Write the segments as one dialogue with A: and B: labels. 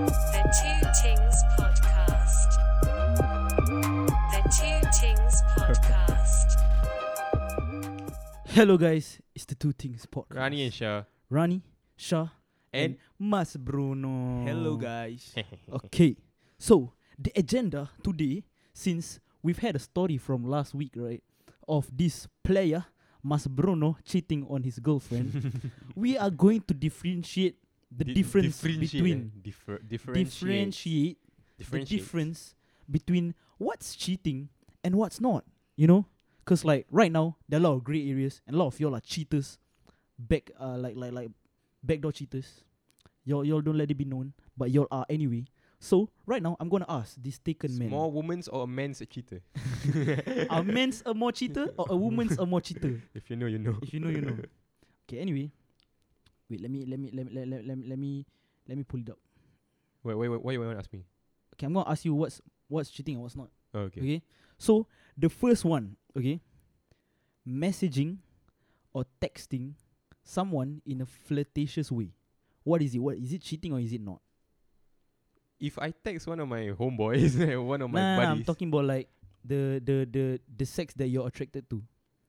A: Two Tings Podcast. The Two Tings Podcast.
B: Hello guys, it's the Two Things podcast.
C: Rani and Shah.
B: Rani, Shah,
C: And
B: Mas Bruno.
D: Hello guys.
B: Okay, so the agenda today, since we've had a story from last week, right, of this player Mas Bruno cheating on his girlfriend, we are going to differentiate the
C: di-
B: difference
C: differentiate,
B: between
C: eh? Differ- differentiate.
B: differentiate the
C: Differentiate.
B: difference between what's cheating and what's not. You know, because like right now there are a lot of gray areas, and a lot of y'all are cheaters, back uh like like like backdoor cheaters. Y'all y'all don't let it be known, but y'all are anyway. So right now I'm gonna ask this taken man:
C: More women's or a man's a cheater?
B: Are men's a more cheater or a woman's a more cheater?
C: If you know, you know.
B: If you know, you know. Okay. Anyway, wait. Let me let me let me let, let, let, me- let me let me pull it up.
C: Wait, wait, wait. Why you want to ask me?
B: Okay, I'm gonna ask you what's what's cheating and what's not.
C: Oh, okay.
B: Okay. So the first one, okay, messaging or texting someone in a flirtatious way. What is it? What is it cheating or is it not?
C: If I text one of my homeboys, one of Oh, my
B: nah, nah,
C: buddies.
B: I'm talking about like the the the the sex that you're attracted to.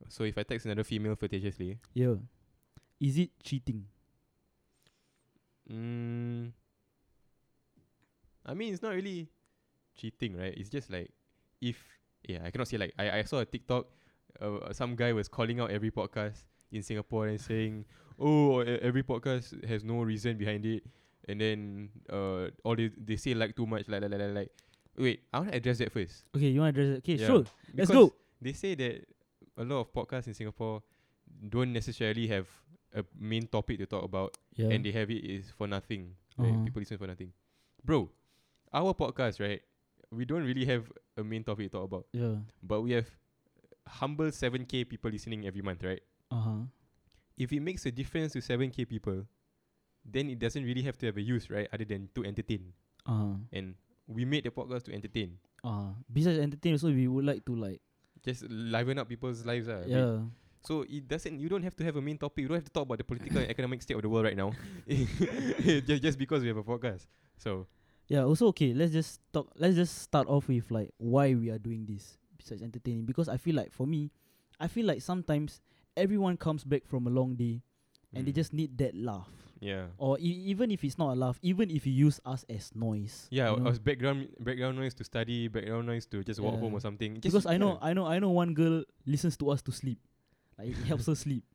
C: so if I text another female flirtatiously,
B: Yeah. Is it cheating?
C: mm, I mean it's not really cheating, right? It's just like if yeah, I cannot say like I, I saw a TikTok. Uh, some guy was calling out every podcast in Singapore and saying, "Oh, e- every podcast has no reason behind it," and then uh, all they they say like too much, like like like like. like. Wait, I want to address that first.
B: Okay, you wanna address it? Okay,
C: Yeah.
B: sure. Let's
C: Because
B: go.
C: They say that a lot of podcasts in Singapore don't necessarily have a main topic to talk about
B: Yeah.
C: and they have it is for nothing. right?
B: Uh-huh.
C: People listen for nothing. Bro, our podcast, right? We don't really have a main topic to talk about,
B: yeah.
C: but we have humble 7k people listening every month, right?
B: Uh huh.
C: If it makes a difference to 7k people, then it doesn't really have to have a use, right? Other than to entertain.
B: Uh huh.
C: And we made the podcast to entertain,
B: Uh huh. Besides entertainment, so we would like to like
C: just liven up people's lives. ah, a bit.
B: yeah.
C: So it doesn't. You don't have to have a main topic. You don't have to talk about the political and economic state of the world right now, just just because we have a podcast. So
B: Yeah, also okay, let's just talk let's just start off with like why we are doing this besides entertaining because I feel like for me, I feel like sometimes everyone comes back from a long day and they
C: mm,
B: just need that laugh.
C: yeah.
B: Or e- even if it's not a laugh, even if you use us as noise.
C: Yeah,
B: you know?
C: I was background background noise to study, background noise to just walk home
B: Yeah.
C: or something. Just,
B: because I know I
C: yeah.
B: know I know one girl listens to us to sleep. Like it helps her sleep.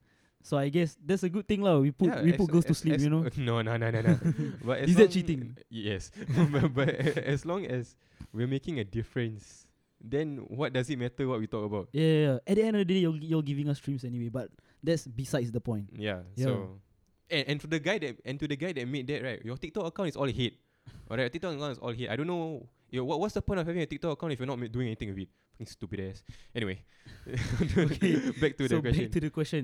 B: So I guess that's a good thing lah. We put
C: Yeah,
B: we
C: as-
B: put girls to
C: as-
B: sleep,
C: as-
B: you know.
C: No, no, no, no, no. but
B: Is
C: as
B: that
C: long-
B: cheating?
C: Yes, but, but a- as long as we're making a difference, then what does it matter what we talk about?
B: Yeah, yeah, yeah. At the end of the day you're, you're giving us streams anyway, but that's besides the point.
C: Yeah.
B: Yeah.
C: So and, and to the guy that and to the guy that made that right, your TikTok account is all hate. Alright, your TikTok account is all hate. I don't know. Yo, what, what's the point of having a TikTok account if you're not ma- doing anything with it? Fucking stupid ass. Anyway,
B: Okay,
C: back to
B: so
C: the question.
B: back to the question: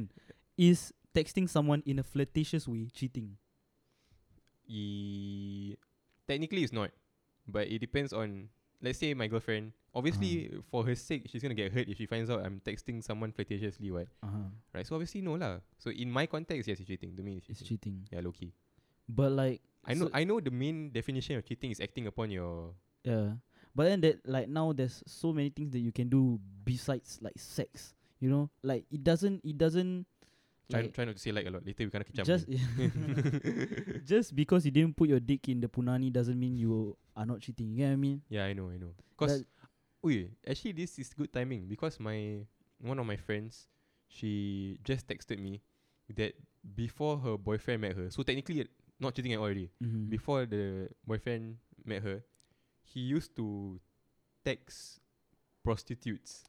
B: Is texting someone in a flirtatious way cheating?
C: Ye- technically, it's not, but it depends on. Let's say my girlfriend. Obviously,
B: Mm.
C: for her sake, she's gonna get hurt if she finds out I'm texting someone flirtatiously. What?
B: Uh-huh.
C: Right. So obviously, no lah. So in my context, yes, it's cheating. To me, it's cheating.
B: It's cheating,
C: yeah, low key.
B: but like
C: I know.
B: So-
C: I know the main definition of cheating is acting upon your
B: yeah. But then that like now there's so many things that you can do besides like sex. You know, like it doesn't it doesn't
C: Try,
B: like
C: try not to say like a lot. Later we kena kecam.
B: just just because you didn't put your dick in the punani doesn't mean you are not cheating. You get what I mean?
C: yeah, I know, I know. Cause, wait, actually this is good timing because my one of my friends, she just texted me that before her boyfriend met her. So technically not cheating at all already.
B: Mhm.
C: Before the boyfriend met her, he used to text prostitutes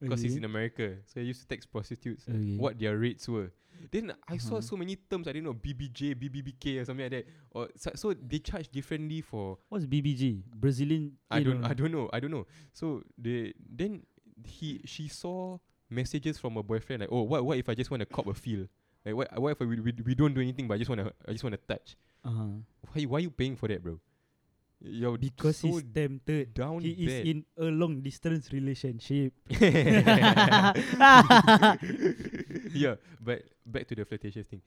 C: because he's
B: Okay.
C: in America. So he used to text prostitutes
B: Okay.
C: what their rates were. Then I saw
B: Uh-huh.
C: so many terms I didn't know BBJ, BBBK or something like that. Or so, so they charge differently for
B: What's BBG? Brazilian?
C: I
B: eh, no,
C: don't
B: no.
C: I don't know I don't know. So they then he she saw messages from her boyfriend like oh what what if I just want to cop a feel like what what if we, we, we don't do anything but I just want to I just want to touch.
B: Uh-huh.
C: Why why you paying for that, bro? You're
B: Because
C: so
B: he's tempted.
C: down
B: He
C: bad.
B: is in a long distance relationship.
C: yeah, but back to the flirtatious thing.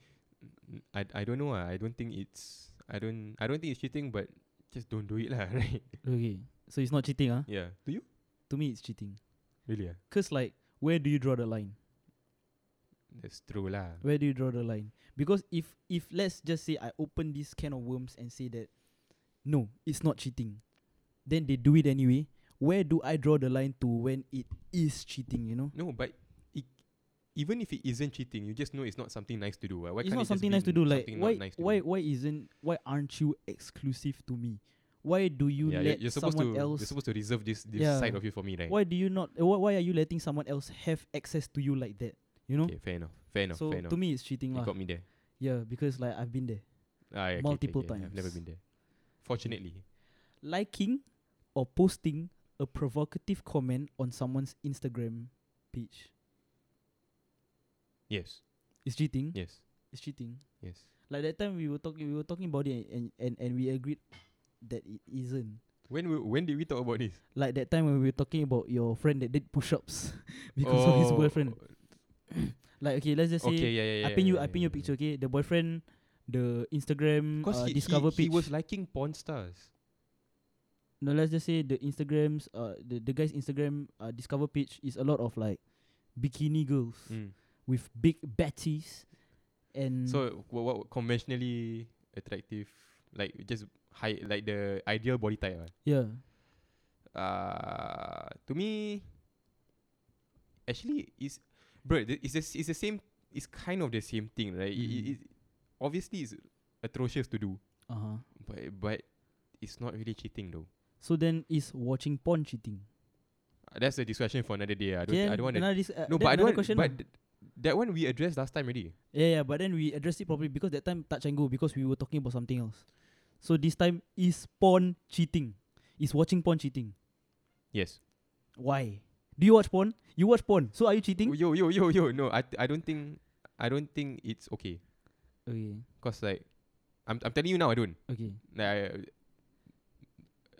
C: I, I don't know. ah, I don't think it's I don't I don't think it's cheating, but just don't do it lah, right?
B: Okay, so it's not cheating, huh?
C: Yeah. Do you?
B: To me, it's cheating.
C: Really? ah?
B: Cause like, where do you draw the line?
C: That's true lah.
B: Where do you draw the line? Because if if let's just say I open this can of worms and say that no, it's not cheating, then they do it anyway. Where do I draw the line to when it is cheating? You know,
C: No, but it, even if it isn't cheating, you just know it's not something nice to do. ah. Why why
B: it's not
C: can't it just
B: something
C: be
B: nice to do. Like
C: something not
B: why
C: nice to
B: why
C: do?
B: why isn't why aren't you exclusive to me? Why do you
C: yeah,
B: let
C: you're, you're supposed
B: someone
C: to
B: else?
C: you're supposed to reserve this, this
B: Yeah.
C: side of you for me, right?
B: why do you not? uh, Why, why are you letting someone else have access to you like that? You know.
C: Okay, fair enough. Fair enough.
B: so
C: fair enough.
B: to me, it's cheating
C: you
B: lah.
C: got me there.
B: Yeah, because like I've been there.
C: Ah, yeah, okay, okay,
B: Multiple
C: okay, I've never
B: times.
C: been there. Fortunately.
B: liking or posting a provocative comment on someone's Instagram page
C: Yes.
B: is cheating.
C: Yes.
B: It's cheating.
C: Yes.
B: Like that time we were talking, we were talking about it, and and, and we agreed that it isn't.
C: When we, when did we talk about this?
B: Like that time when we were talking about your friend that did push-ups because of his
C: Oh,
B: boyfriend. Like okay, let's just say
C: Okay, yeah, yeah, yeah.
B: I pin
C: yeah,
B: you,
C: yeah,
B: I pin your
C: yeah, yeah.
B: picture. Okay, the boyfriend, the Instagram
C: Because
B: uh,
C: he,
B: discover
C: he,
B: page.
C: he was liking porn stars.
B: no, let's just say the Instagrams, uh, the the guy's Instagram uh, discover page is a lot of like bikini girls.
C: Mm.
B: with big betties and
C: So what, what conventionally attractive, like just high, like the ideal body type. ah.
B: yeah
C: Uh, to me, actually, is bro, th- it's the, s- it's the same. It's kind of the same thing, right? It- It,
B: Mm.
C: it, obviously it's atrocious to do,
B: uh-huh
C: but but it's not really cheating though.
B: so then is watching porn cheating
C: Uh, That's a discussion for another day. ah. I don't.
B: Then
C: I don't want to.
B: another dis- uh,
C: No,
B: then
C: but I
B: another
C: don't.
B: question
C: Question but th- that one we addressed last time already.
B: yeah yeah but then we addressed it properly because that time touch and go because we were talking about something else so this time is porn cheating is watching porn cheating
C: Yes.
B: why do you watch porn you watch porn so are you cheating
C: Yo yo yo yo. No, I th- I don't think I don't think it's okay. Oh,
B: okay
C: Cause like, I'm I'm telling you now I don't.
B: okay
C: Like, I,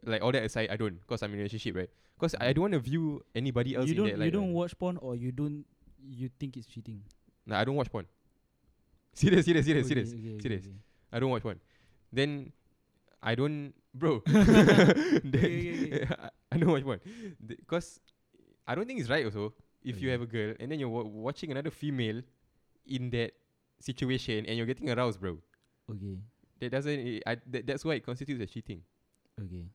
C: like all that aside, I don't. Cause I'm in a relationship, right? Cause I don't want to view anybody else
B: you
C: in
B: don't
C: that
B: you
C: light,
B: don't
C: right?
B: watch porn or you don't you think it's cheating
C: Nah, I don't watch porn. Serious, serious, serious,
B: Okay,
C: serious.
B: okay, okay,
C: serious.
B: okay.
C: I don't watch porn. Then I don't, bro.
B: okay,
C: then, I- I don't watch porn because I don't think it's right. Also, if you
B: Okay.
C: have a girl and then you're wa- watching another female in that situation and you're getting aroused, bro,
B: okay
C: that doesn't. eh, I, that, that's why it constitutes as cheating.
B: okay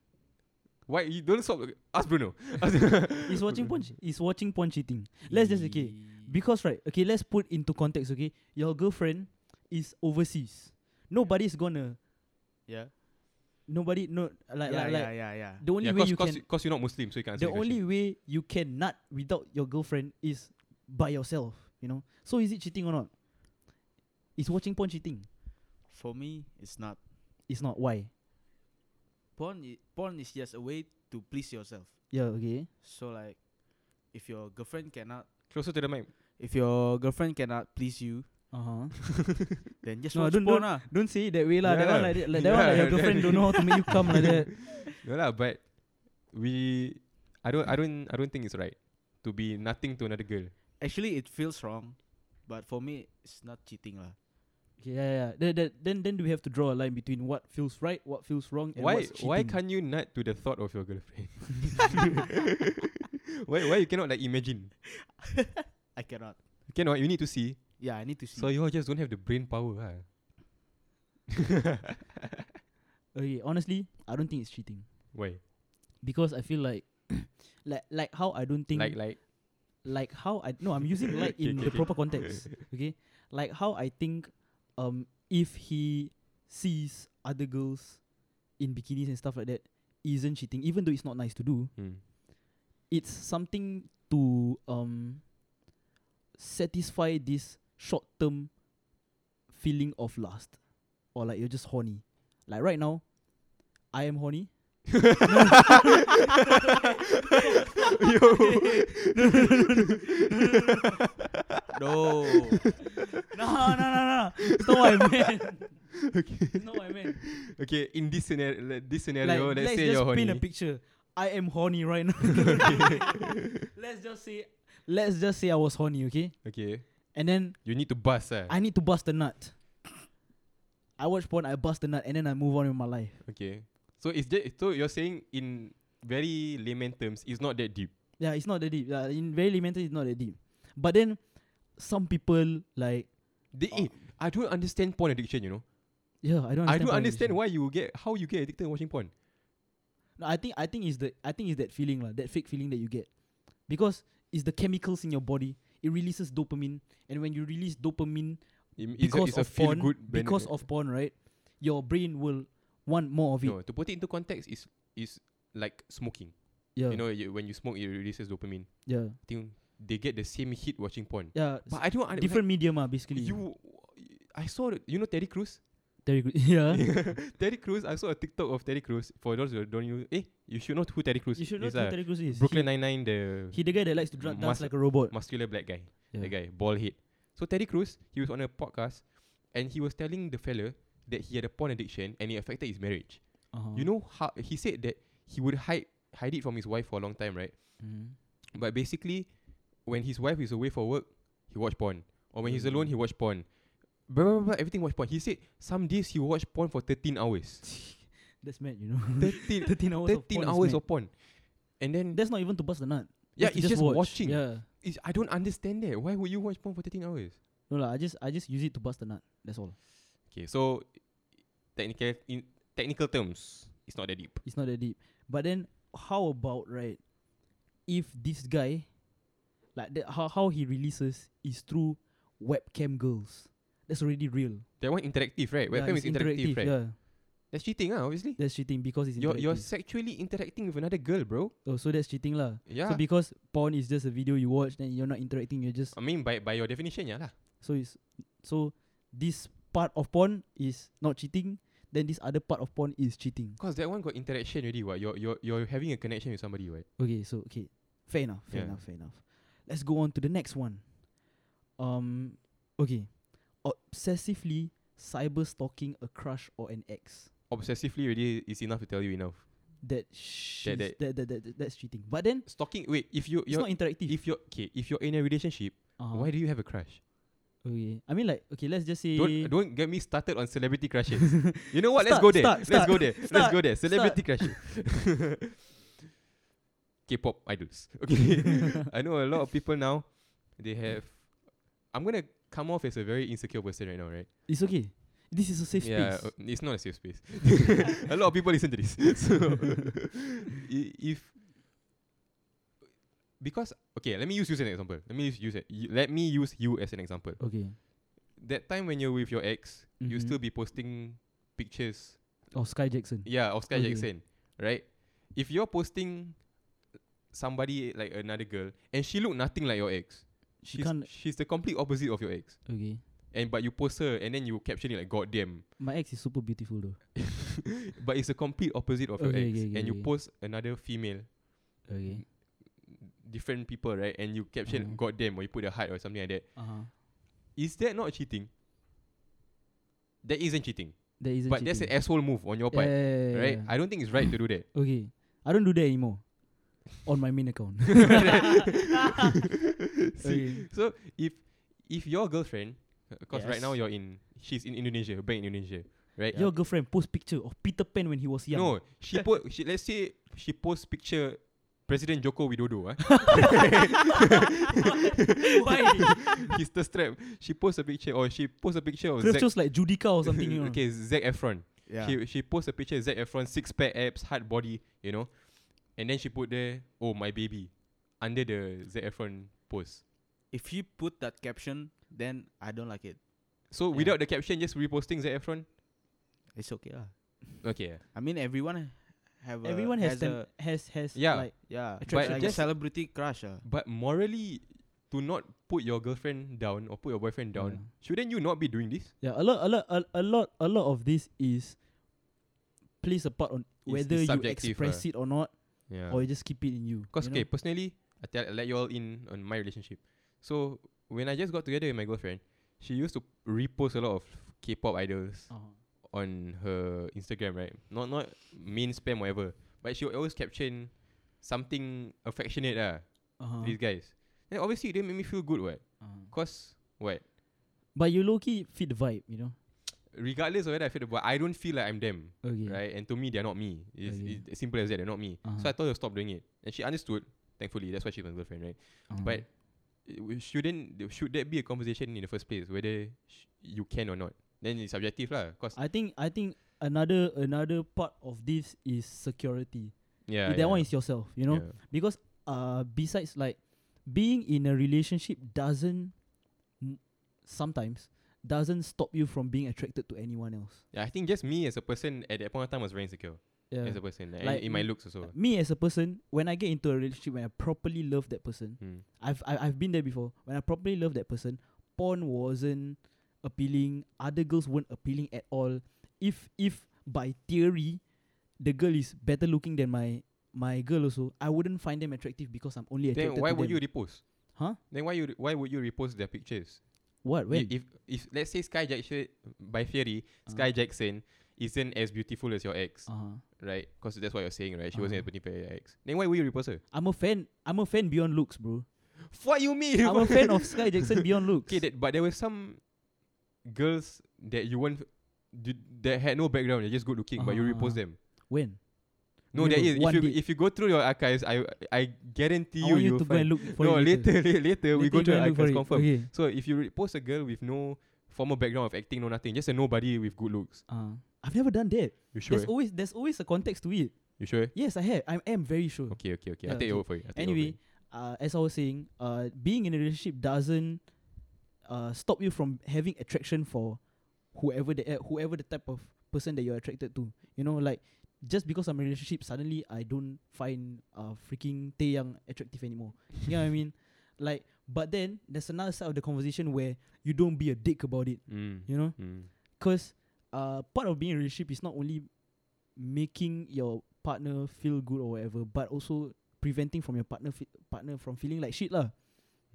C: Why you don't stop? Ask Bruno.
B: is watching porn che- is watching porn cheating let's just okay Because right, okay, let's put into context, okay? Your girlfriend is overseas. Nobody's gonna
D: Yeah.
B: nobody no like
D: yeah,
B: like,
D: yeah,
B: like
D: yeah, yeah.
B: the only
C: yeah,
B: way
C: cause,
B: you
C: cause,
B: can
C: cause you're not Muslim, so you can't.
B: the only way you can nut without your girlfriend is by yourself, you know? So is it cheating or not? Is watching porn cheating?
D: For me, it's not.
B: It's not. Why?
D: Porn, i- porn is just a way to please yourself.
B: Yeah, okay.
D: So like, if your girlfriend cannot,
C: closer to the mic.
D: if your girlfriend cannot please you,
B: Uh-huh.
D: then just
B: No,
D: watch
B: don't-
D: porn ah.
B: don't say it that way lah. That
C: Yeah.
B: one like that, like, that one like your
C: Yeah.
B: girlfriend don't know how to make you come like that.
C: No lah, but we I don't I don't I don't think it's right to be nothing to another girl.
D: Actually, it feels wrong, but for me, it's not cheating lah.
B: Okay, yeah, yeah. Then, then- then then we have to draw a line between what feels right, what feels wrong, and
C: why
B: what's cheating.
C: why can't you nut to the thought of your girlfriend? why why you cannot like imagine?
D: I cannot.
C: You cannot you need to see.
D: Yeah, I need to
B: Hmm.
D: see.
C: So you all just don't have the brain power, ah. huh?
B: Okay, honestly, I don't think it's cheating
C: Why?
B: because I feel like, like, like how I don't think,
C: Like
B: like,
C: like
B: how I no, I'm using like
C: Okay,
B: in
C: okay,
B: the
C: okay.
B: proper context. Okay, like how I think, um, if he sees other girls in bikinis and stuff like that, isn't cheating, even though it's not nice to do.
C: hmm.
B: It's something to um satisfy this short term feeling of lust, or like you're just horny. Like right now, I am horny.
D: no.
B: No, no, no, no. That's not what I meant. That's not what I meant.
C: Okay, in this scenario, like, this
B: Like,
C: scenario, let's,
B: let's
C: say
B: just
C: you're horny.
B: paint a picture. I am horny right now. let's just say, let's just say I was horny, okay?
C: okay,
B: And then
C: you need to bust, ah.
B: I need to bust the nut. I watch porn, I bust the nut, and then I move on with my life.
C: okay, So it's just so you're saying in very layman terms, it's not that deep.
B: Yeah, it's not that deep. Yeah, in very elementary, it's not that deep. But then, some people like
C: They, eh, I don't understand porn addiction. You know,
B: yeah, I Oh. don't. Understand
C: I don't
B: porn
C: understand
B: addiction.
C: why you get how you get addicted to watching porn.
B: No, I think I think it's the I think it's that feeling like that fake feeling that you get, because it's the chemicals in your body. It releases dopamine, and when you release dopamine
C: It- It's
B: because
C: a, it's
B: of
C: a feel
B: porn,
C: good eh?
B: because of porn, right? Your brain will want more of it.
C: no. To put it into context, is is like smoking.
B: yeah,
C: You know, you, when you smoke, it releases dopamine.
B: yeah,
C: I think they get the same hit watching porn.
B: yeah. s-
C: But I don't understand.
B: different medium, ah, basically.
C: You, I saw the- you know Terry Crews.
B: Terry Crews. yeah.
C: Terry Crews. I saw a TikTok of Terry Crews. For those who don't know, eh, you should know who Terry Crews.
B: You should know
C: is,
B: who
C: ah,
B: Terry Crews is.
C: Brooklyn Nine Nine, the
B: He, he the guy that likes to dra- dance
C: Mas-
B: like a robot.
C: muscular black guy,
B: Yeah.
C: the guy bald head. So Terry Crews, he was on a podcast, and he was telling the fella that he had a porn addiction and it affected his marriage.
B: Uh-huh.
C: You know how he said that he would hide hide it from his wife for a long time, right?
B: Mhm.
C: But basically, when his wife is away for work, he watch porn. Or when he's alone, he watch porn. Blah, blah, blah, blah, everything watch porn. He said some days he watch porn for 13 hours.
B: That's mad, you know.
C: 13,
B: 13 hours.
C: 13
B: of porn is
C: hours
B: mad.
C: of porn. And then
B: That's not even to bust the nut.
C: Yeah,
B: to
C: it's just
B: watch.
C: watching.
B: Yeah.
C: it's, I don't understand that. Why would you watch porn for 13 hours?
B: No lah, I just I just use it to bust the nut. That's all.
C: Okay, so technical in technical terms, it's not that deep.
B: It's not that deep. But then how about right? If this guy, like that, how how he releases is through webcam girls. That's already real.
C: That one interactive, right?
B: Yeah,
C: Webcam
B: it's
C: is interactive, right?
B: Yeah,
C: That's cheating, ah, obviously.
B: that's cheating because it's
C: You're,
B: interactive.
C: you're sexually interacting with another girl, bro.
B: oh, so that's cheating lah.
C: Yeah.
B: So because porn is just a video you watch, then you're not interacting. You're just
C: I mean, by, by your definition, yeah lah.
B: So it's so this part of porn is not cheating, then this other part of porn is cheating.
C: Because that one got interaction already, what? You're, you're, you're having a connection with somebody, right?
B: Okay, so okay. Fair enough, fair
C: Yeah.
B: enough, fair enough. Let's go on to the next one. Um okay. Obsessively cyber stalking a crush or an ex.
C: Obsessively already is enough to tell you enough.
B: That shit
C: that-
B: that, that, that, that's cheating. But then
C: Stalking, wait, if you,
B: it's
C: you're,
B: not interactive.
C: if you're, okay, if you're in a relationship,
B: uh-huh.
C: why do you have a crush?
B: okay. I mean like okay, let's just say
C: Don't, don't get me started on celebrity crushes. you know what? Let's
B: Start,
C: go there.
B: start,
C: Let's go
B: start,
C: there. Let's
B: start,
C: go there. Celebrity crushes. K-pop idols. Okay, I know a lot of people now. They have. I'm gonna come off as a very insecure person right now, right?
B: it's okay. This is a safe
C: yeah,
B: space.
C: uh, it's not a safe space. a lot of people listen to this. So i- if because okay, let me use you as an example. Let me use, use it. You, let me use you as an example.
B: okay.
C: That time when you're with your ex, you
B: Mhm.
C: still be posting pictures.
B: Or Oh, Sky Jackson.
C: Yeah, of Sky
B: Okay.
C: Jackson, right? If you're posting somebody like another girl and she look nothing like your ex,
B: She
C: she's,
B: can't
C: she's the complete opposite of your ex.
B: okay.
C: And but you post her and then you caption it like God damn.
B: My ex is super beautiful though.
C: but it's the complete opposite of your
B: Okay,
C: ex,
B: okay, okay,
C: and you
B: okay.
C: post another female,
B: Okay.
C: different people, right? And you
B: Uh-huh.
C: caption "God damn" or you put a heart or something like that.
B: Uh-huh.
C: Is that not cheating? That isn't cheating,
B: There isn't
C: but that's an asshole move on your part, right? I don't think it's right to do that.
B: okay. I don't do that anymore. On my main account.
C: See,
B: Okay.
C: so if if your girlfriend, because right now
D: Yes.
C: you're in, she's in Indonesia, back in Indonesia, right?
B: Your girlfriend post picture of Peter Pan when he was young.
C: No, she po- she let's say she posts picture President Joko Widodo, ah.
B: Why?
C: He's the strap. She posts a picture or she posts a picture of
B: Could have
C: Zac-
B: chose like Judica or something. You know.
C: okay, Zac Efron.
D: Yeah.
C: She she posts a picture of Zac Efron, six pack abs, hard body, you know. And then she put there, oh my baby, under the Zac Efron post.
D: If you put that caption, then I don't like it.
C: So
D: Yeah.
C: without the caption, just reposting Zac Efron.
D: It's okay lah.
C: Okay.
D: I mean, everyone have. a-
B: Everyone has tem-
D: a,
B: has has
C: Yeah.
B: like
D: yeah,
B: attraction,
D: like
C: just-
D: a celebrity crush. Uh.
C: But morally, to not put your girlfriend down or put your boyfriend down,
B: Yeah.
C: shouldn't you not be doing this?
B: yeah a lot a lot a, a lot a lot of this is plays a part on whether
C: it's
B: you
C: subjective, uh,
B: express it or not
C: Yeah.
B: or you just keep it in you.
C: Cause
B: you know?
C: okay, personally, I tell I let you all in on my relationship. So when I just got together with my girlfriend, she used to repost a lot of K-pop idols
B: Uh-huh.
C: on her Instagram, right? Not not main spam whatever, but she would always caption something affectionate ah
B: Uh-huh.
C: these guys. And obviously, they made me feel good, what?
B: Uh-huh.
C: Cause what?
B: But you low key fit the vibe, you know.
C: regardless of whether I feel the but I don't feel like I'm them,
B: Okay.
C: right? And to me, they're not me. It's,
B: Okay.
C: it's simple as that. They're not me. So
B: Uh-huh.
C: I told her stop doing it, and she understood. Thankfully, that's why she's my girlfriend, right?
B: Uh-huh.
C: But it- we shouldn't th- should that be a conversation in the first place whether sh- you can or not? Then it's subjective lah. Cause
B: I think I think another another part of this is security.
C: yeah,
B: that one is yourself, you know, because uh, besides like being in a relationship doesn't m- sometimes doesn't stop you from being attracted to anyone else.
C: Yeah, I think just me as a person at that point of time was very insecure
B: Yeah.
C: as a person, like,
B: Like
C: in, in my
B: m-
C: looks also.
B: Me as a person, when I get into a relationship, when I properly love that person,
C: Mm.
B: I've I, I've been there before. When I properly love that person, porn wasn't appealing. Other girls weren't appealing at all. If if by theory, the girl is better looking than my my girl also, I wouldn't find them attractive because I'm only attracted
C: Then why
B: to
C: would
B: them.
C: you repost?
B: Huh?
C: Then why you re- why would you repost their pictures?
B: what?
C: I-
B: When?
C: If if let's say Sky Jackson by theory
B: Uh.
C: Sky Jackson isn't as beautiful as your ex,
B: uh-huh.
C: right? Because that's what you're saying, right? She wasn't as
B: Uh-huh.
C: beautiful as your ex. Then why would you repost her?
B: I'm a fan. I'm a fan beyond looks, bro.
C: What you mean?
B: I'm a fan of Sky Jackson beyond looks.
C: Okay, that, but there were some girls that you weren't did, that had no background. They're just good looking, but you repost
B: Ah.
C: them.
B: when?
C: No,
B: Remember,
C: there is. If
B: one
C: you
B: day.
C: if you go through your archives, I I guarantee
B: I
C: you
B: want you to
C: you'll
B: go
C: find.
B: and look for
C: no,
B: it
C: later,
B: later.
C: later, later we
B: Later
C: go
B: you
C: to
B: and look
C: the
B: for
C: archives
B: it.
C: confirm.
B: Okay.
C: So if you repost a girl with no formal background of acting, no nothing, just a nobody with good looks.
B: Uh, I've never done that.
C: You sure?
B: There's always there's always a context to it.
C: you sure?
B: Yes, I have. I am very sure.
C: Okay, okay, okay.
B: Yeah,
C: I'll take
B: okay.
C: your word for it. I'll take your word
B: anyway, uh, as I was saying, uh, being in a relationship doesn't uh, stop you from having attraction for whoever the uh, whoever the type of person that you're attracted to. You know, like just because I'm in a relationship, suddenly I don't find uh, freaking Tae Young attractive anymore. you know what I mean? Like, but then there's another side of the conversation where you don't be a dick about it.
C: for it. Mm.
B: You know,
C: Mm.
B: because uh, part of being in a relationship is not only making your partner feel good or whatever, but also preventing from your partner fe- partner from feeling like shit lah.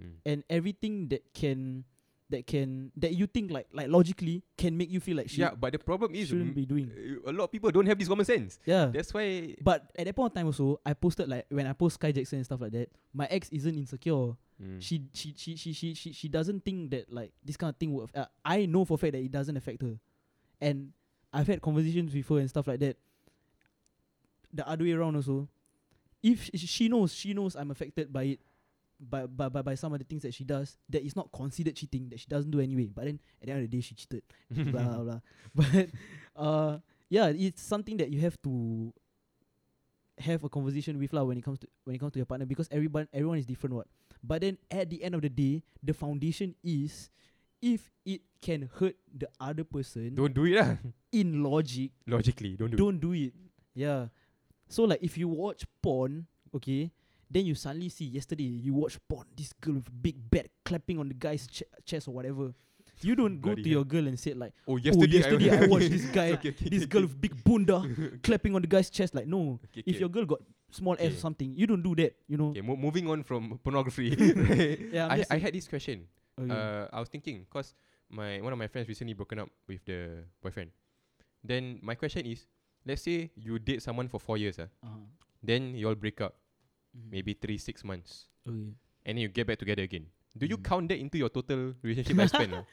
C: Mm.
B: And everything that can that can that you think like like logically can make you feel like shit.
C: Yeah, but the problem is
B: shouldn't
C: mm,
B: be doing.
C: uh, a lot of people don't have this common sense.
B: Yeah.
C: That's why.
B: But at that point of time also, I posted like when I post Sky Jackson and stuff like that, my ex isn't insecure.
C: Mm.
B: She, she she she she she she doesn't think that like this kind of thing would. Aff- uh, I know for a fact that it doesn't affect her, and I've had conversations with her and stuff like that. The other way around also, if sh- she knows she knows I'm affected by it, by by by, by some of the things that she does that is not considered cheating that she doesn't do anyway. But then at the end of the day, she cheated. blah blah.
C: Mm-hmm.
B: blah. But um, uh, yeah, it's something that you have to have a conversation with lah when it comes to when it comes to your partner because everyone everyone is different what. But then at the end of the day, the foundation is if it can hurt the other person
C: don't do it lah.
B: in logic,
C: Logically, don't do
B: don't do it. Yeah. So like if you watch porn, okay, then you suddenly see yesterday you watch porn, this girl with big bat clapping on the guy's ch- chest or whatever. You don't go to
C: Bloody hell.
B: your girl and say like
C: it. Oh,
B: yesterday,
C: yesterday,
B: yesterday I, watched this guy,
C: Okay, okay,
B: this
C: okay,
B: girl
C: okay.
B: with big bunda clapping on the guy's chest. Like, no,
C: Okay,
B: if
C: okay.
B: your girl got small ass
C: Okay.
B: or something, you don't do that. You know.
C: Okay, mo- moving on from pornography.
B: Yeah, I'm
C: I,
B: just Mm.
C: I had this question.
B: Okay.
C: Uh, I was thinking because my one of my friends recently broken up with the boyfriend. Then my question is, let's say you date someone for four years, ah,
B: Uh-huh.
C: then you all break up,
B: Mhm.
C: maybe three six months,
B: Okay.
C: and then you get back together again. Do you
B: Mm.
C: count that into your total relationship lifespan? ah?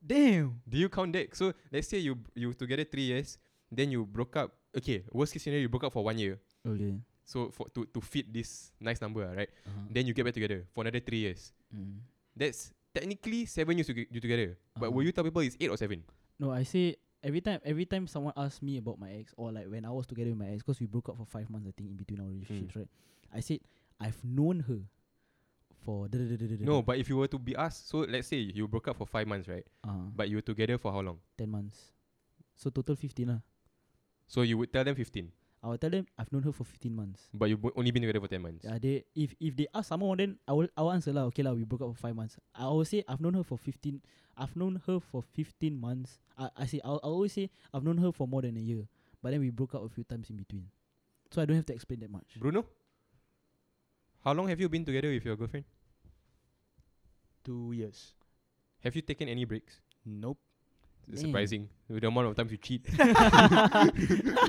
B: Damn.
C: Do you count that? So let's say you b- you together three years, then you broke up. Okay, worst case scenario, you broke up for one year.
D: Okay.
C: So for to to fit this nice number, ah, right?
B: Uh-huh.
C: Then you get back together for another three years.
D: Mm.
C: That's technically seven years you, you together. But will
B: Uh-huh.
C: you tell people it's eight or seven?
B: No, I say every time every time someone asks me about my ex or like when I was together with my ex because we broke up for five months I think in between our relationships
C: Mm.
B: right, I said I've known her for da- da- da- da- da- da-
C: No,
B: da-
C: but if you were to be asked, so let's say you broke up for five months, right?
B: uh,
C: But you were together for how long?
B: ten months, so total fifteen lah.
C: So you would tell them 15,
B: I will tell them I've known her for fifteen months.
C: but you've bo- only been together for 10 months.
B: Yeah, they if if they ask someone then I will I will answer lah. Okay lah, we broke up for five months. I always say I've known her for fifteen. I've known her for fifteen months. I I say I'll, I always say I've known her for more than a year, but then we broke up a few times in between, so I don't have to explain that much.
C: Bruno, how long have you been together with your girlfriend?
D: Two years.
C: Have you taken any breaks?
D: Nope.
C: It's
B: Damn.
C: Surprising with the amount of times you cheat.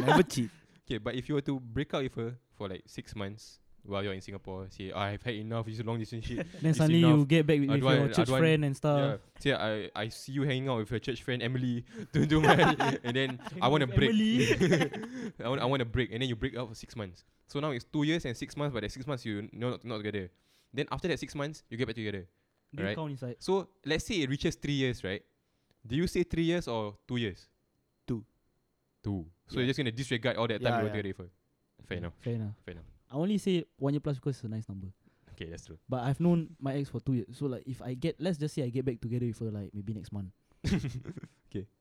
D: Never cheat.
C: okay, but if you were to break up with her for like six months, while you're in Singapore, say "Ah, I've had enough this long distance shit.
B: Then
C: It's
B: suddenly you
C: enough.
B: get back with,
C: I
B: with
C: don't
B: your
C: want- I
B: church
C: don't want-
B: friend and stuff.
C: Yeah. Say I I see you hanging out with your church friend Emily. Don't do my and then I want to break. I want I want to break and then you break up for six months. So now it's two years and six months, but that six months you know not, not together. Then after that six months you get back together.
B: Do you
C: Right.
B: count inside?
C: So let's say it reaches three years, right? Do you say three years or two years?
D: Two.
C: Two. So
D: Yeah.
C: you're just gonna disregard all that time
D: Yeah,
C: you were
D: yeah.
C: together for. Fair enough.
B: Fair enough.
C: Fair enough.
B: I only say one year plus because it's a nice number.
C: Okay, that's true.
B: But I've known my ex for two years. So like if I get let's just say I get back together with her like maybe next month.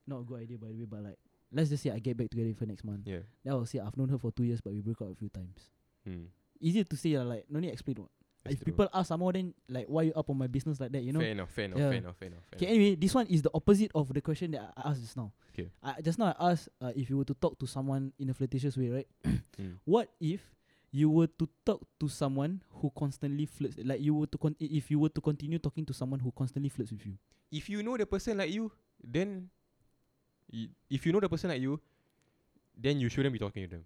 B: Not a good idea by the way, but like let's just say I get back together with her next month.
C: yeah.
B: Then I'll say I've known her for two years but we broke up a few times.
C: Hmm.
B: Easier to say lah, like no need explain what.
C: That's
B: if
C: true.
B: people ask some more then like why you up on my business like that, you know?
C: fair enough, fair enough,
B: Yeah.
C: fair enough, fair enough. Fair
B: Okay,
C: enough.
B: anyway, this one is the opposite of the question that I I asked just now.
C: 'Kay.
B: I, just now I asked uh, if you were to talk to someone in a flirtatious way, right?
C: Hmm.
B: What if you were to talk to someone who constantly flirts? Like you were to con- i- if you were to continue talking to someone who constantly flirts with you.
C: If you know the person like you, then y- if you know the person like you, then you shouldn't be talking to them.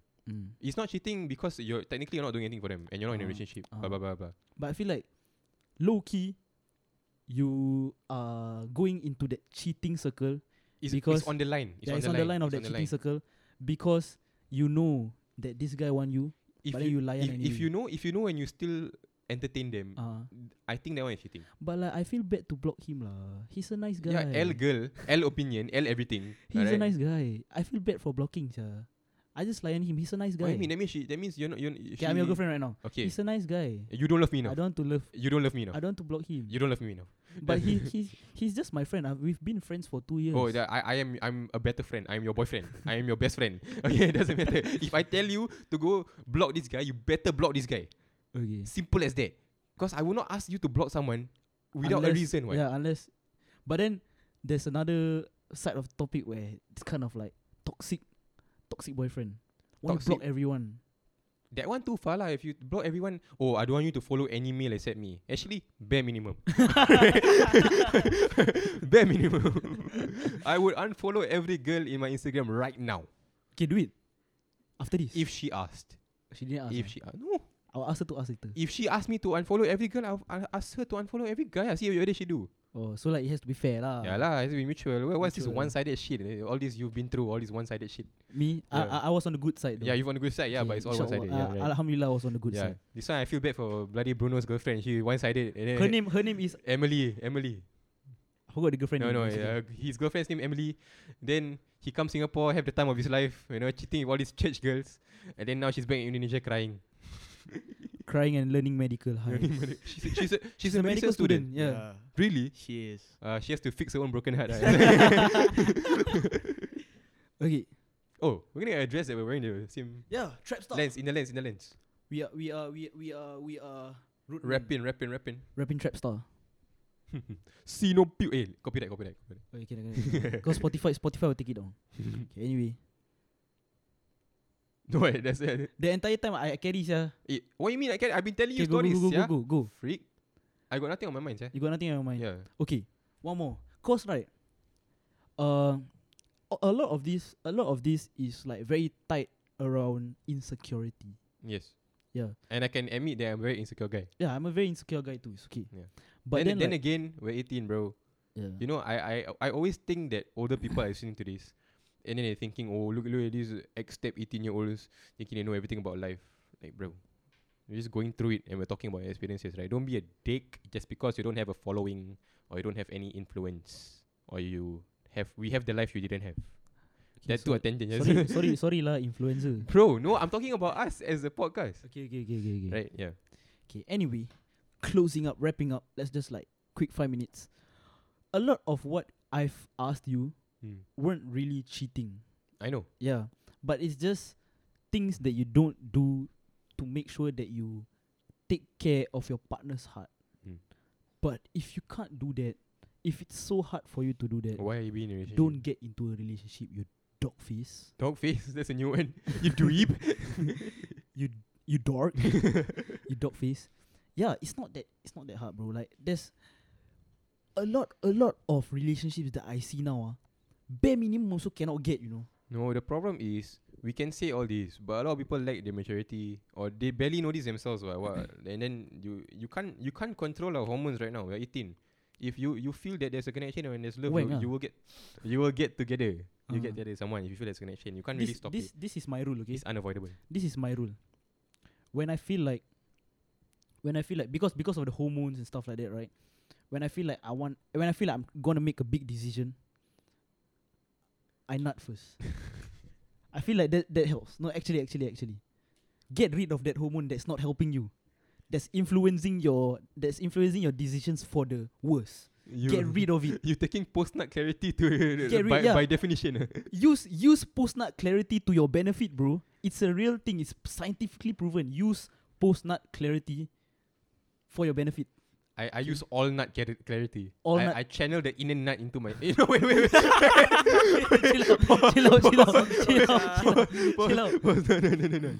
C: It's not cheating because you're technically you're not doing anything for them and you're not in
B: Ah,
C: a relationship.
B: ah.
C: Blah blah blah blah.
B: But I feel like low key, you are going into that cheating circle.
C: It's,
B: Because-
C: it's on the line. It's,
B: yeah,
C: on,
B: it's
C: the
B: on the line of
C: it's
B: that
C: on the
B: cheating
C: line.
B: circle because you know that this guy want you.
C: If
B: but then you lie
C: if,
B: and
C: if
B: you-
C: you know if you know and you still entertain them,
B: Uh,
C: I think that one is cheating.
B: but like I feel bad to block him lah. He's a nice guy.
C: Yeah, L girl, L opinion, L everything.
B: He's a
C: alright?
B: nice guy. I feel bad for blocking, sir. I just lion him. He's a nice
C: What
B: guy.
C: do you mean? That means she. That means you're not. You're,
B: okay, I'm your girlfriend right now.
C: Okay.
B: He's a nice guy.
C: you don't love me
B: I
C: now.
B: don't want to love.
C: You don't love me now.
B: I don't want to block him.
C: You don't love me now.
B: but he he's he's just my friend. i we've been friends for two years.
C: Oh, that I, I am. I'm a better friend. I am your boyfriend. I am your best friend. Okay, it doesn't matter. If I tell you to go block this guy, you better block this guy.
B: okay.
C: Simple as that. Because I will not ask you to block someone without a
B: Unless-
C: reason. Why?
B: Yeah, unless. But then there's another side of the topic where it's kind of like toxic, toxic boyfriend. Want to block
C: Toxic-
B: everyone.
C: That one too far lah. If you block everyone, oh, I don't want you to follow any male except me. Actually, bare minimum. bare minimum. I would unfollow every girl in my Instagram right now
B: Okay, do it. After this,
C: if she asked.
B: she didn't ask,
C: If
B: ah.
C: she a- no,
B: I'll ask her to ask later.
C: if she asked me to unfollow every girl, I'll, I'll ask her to unfollow every guy. I see whether she do.
B: Oh, so like it has to be fair lah.
C: yeah lah, it's be mutual. Wha- What's this
B: Ah. Mutual.
C: one-sided shit? eh? All this you've been through, all this one-sided shit.
B: Me, I,
C: Yeah.
B: I I was on the good side. Though.
C: Yeah, you want to go side, yeah, but it's all
B: Inshallah,
C: one-sided.
B: uh,
C: yeah, right.
B: Alhamdulillah was on the good
C: yeah.
B: side.
C: This one I feel bad for bloody Bruno's girlfriend. She one-sided. And then
B: Her name, her name is
C: Emily, Emily.
B: I forgot the girlfriend.
C: No,
B: name.
C: no. Uh, his girlfriend's name Emily. Then he comes Singapore, have the time of his life. You know, cheating with all these church girls, and then now she's back in Indonesia crying.
B: Crying and learning medical. Hi.
C: she's a, she's a, she's a medical student.
B: Yeah.
C: Really?
D: She is.
C: Uh, she has to fix her own broken heart. right?
B: Okay.
C: oh, we're gonna address that we're wearing the same
D: Yeah, trap stuff.
C: lens in the lens in the lens.
D: We are, we are, we we are, we are. Root
C: Rapping, rapping, rapping.
B: Rapping trap star.
C: See no pu- eh, copyright, copyright, copyright.
B: Oh, Okay, okay, okay. Because Spotify, Spotify will take it down. Okay, anyway,
C: No, wait, that's it.
B: the entire time I I carry sia.
C: Eh, what you mean? I can I've been telling you
B: Okay, go, go,
C: stories,
B: go, go,
C: yeah.
B: go, go.
C: Freak. I got nothing on my mind, yeah.
B: You got nothing on your mind.
C: Yeah.
B: Okay, one more. Cause right, uh, a a lot of this, a lot of this is like very tight around insecurity.
C: Yes.
B: Yeah,
C: And I can admit that I'm a very insecure guy.
B: yeah. I'm a very insecure guy too. It's okay.
C: Yeah.
B: But then,
C: then,
B: like,
C: again, we're 18, bro.
B: yeah.
C: You know, I, I I always think that older people are listening to this, and then they're thinking, oh, look, look at these ex-step 18 year olds thinking they know everything about life. Like, bro, we're just going through it, and we're talking about experiences, right? Don't be a dick just because you don't have a following or you don't have any influence or you have we have the life you didn't have.
B: Okay,
C: That too
B: so-
C: attention.
B: sorry, sorry, sorry lah, influencer.
C: bro. No, I'm talking about us as a podcast,
B: Okay, okay, okay, okay, okay.
C: right? Yeah.
B: Okay, anyway, closing up, wrapping up, let's just like quick five minutes. A lot of what I've asked you weren't really cheating.
C: I know.
B: Yeah. But it's just things that you don't do to make sure that you take care of your partner's heart.
C: Mm.
B: But if you can't do that, if it's so hard for you to do that,
C: Why are you being in a relationship?
B: don't get into a relationship, you dog face.
C: dog face. That's a new one. You dweeb.
B: You you dork. you dog face. Yeah, it's not that it's not that hard, bro. Like there's a lot a lot of relationships that I see now. Ah, bare minimum also cannot get, you know.
C: No, the problem is we can say all this, but a lot of people lack the maturity or they barely know this themselves. What, what and then you you can't you can't control our hormones right now. We're eighteen. If you you feel that there's a connection and there's love,
B: Weng
C: you,
B: ah.
C: you will get you will get together. You
B: Ah.
C: get together with someone if you feel there's a connection. You can't
B: this,
C: really stop
B: this,
C: it.
B: this is my rule, okay?
C: It's unavoidable.
B: this is my rule. When I feel like, when I feel like because because of the hormones and stuff like that, right? When I feel like I want, when I feel like I'm gonna make a big decision, I nut first. I feel like that that helps. No, actually, actually, actually, get rid of that hormone that's not helping you, that's influencing your that's influencing your decisions for the worse.
C: You
B: Get rid of it.
C: You're taking post nut clarity to
B: Get rid-
C: by,
B: yeah.
C: by definition.
B: use use post nut clarity to your benefit, bro. It's a real thing. It's scientifically proven. Use post nut clarity for your benefit.
C: I, I use all nut clar- clarity.
B: All
C: I,
B: nut-
C: I channel the inner nut into my. Eh, no, wait, wait, wait.
B: chill out, chill out, chill out, chill out, chill out. Chill out.
C: Pause. no, no, no, no, no.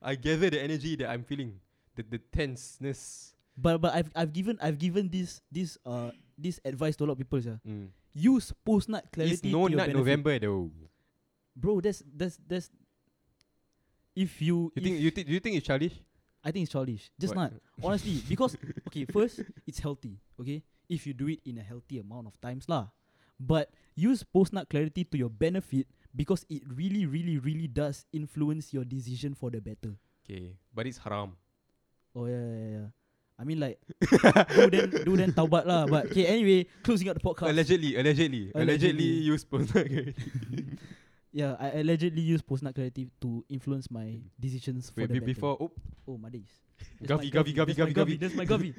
C: I gather the energy that I'm feeling, the the tenseness.
B: But but I've I've given I've given this this uh this advice to a lot of people. Yeah.
C: Mm.
B: Use post nut clarity.
C: It's
B: to
C: no
B: your
C: nut
B: benefit.
C: November though.
B: bro. That's that's that's. If you,
C: You think
B: if-
C: you think you think it's childish?
B: I think it's childish. Just
C: What?
B: not honestly because okay, first it's healthy. Okay, if you do it in a healthy amount of times lah, but use post nut clarity to your benefit because it really, really, really does influence your decision for the better.
C: Okay, but it's haram.
B: Oh yeah, yeah, yeah, yeah. I mean like do then do then taubat lah. But okay, anyway, closing out the podcast.
C: Allegedly, allegedly,
B: Allegedly.
C: allegedly, use post nut clarity.
B: yeah, I allegedly use post nut clarity to influence my decisions for
C: Wait,
B: the
C: be-
B: better.
C: before oh,
B: oh my days. That's my
C: Gavi, Gavi, Gavi,
B: That's my
C: Gavi, Gavi.
B: That's my Gavi.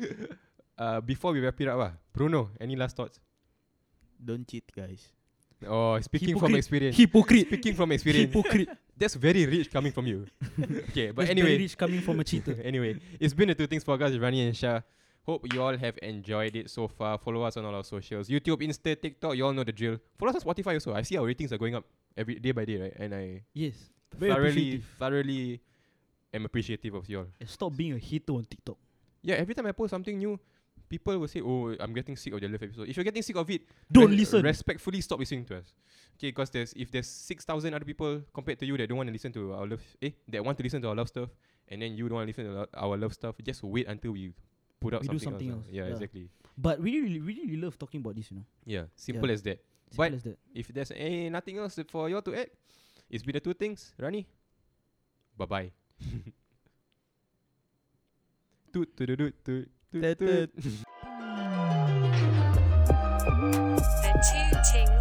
C: Uh, before we wrap it up, ah, Bruno, any last thoughts?
D: Don't cheat, guys.
C: Oh, speaking from
B: Hypocrite.
C: experience.
B: Hypocrite.
C: Speaking from experience,
B: Hypocrite.
C: that's very rich coming from you. okay, but
B: That's very
C: anyway,
B: rich coming from a cheater.
C: anyway, it's been the Two Things Podcast with Rani and Shah. Hope you all have enjoyed it so far. Follow us on all our socials YouTube, Insta, TikTok. You all know the drill. Follow us on Spotify also. I see our ratings are going up every day by day, right? And I
B: yes. Very
C: thoroughly,
B: appreciative.
C: thoroughly am appreciative of you all.
B: And Stop being a hater on TikTok.
C: Yeah, every time I post something new, people will say, Oh, I'm getting sick of the love episode. If you're getting sick of it,
B: Don't
C: res-
B: listen.
C: Respectfully stop listening to us. Okay, because there's if there's six thousand other people compared to you that don't want to listen to our love eh that want to listen to our love stuff and then you don't want to listen to lo- our love stuff, just wait until we put out
B: We do something
C: something, else.
B: else,
C: ah. Yeah,
B: yeah.
C: exactly.
B: but we really, really, really love talking about this, you know.
C: Yeah. Simple
B: Yeah.
C: as that.
B: Simple
C: But-
B: as that.
C: If there's eh, nothing else for you all to add, it's been the two things, Rani. Bye bye. Toot toot toot toot toot
D: Toot,
C: toot.
A: The Two Tings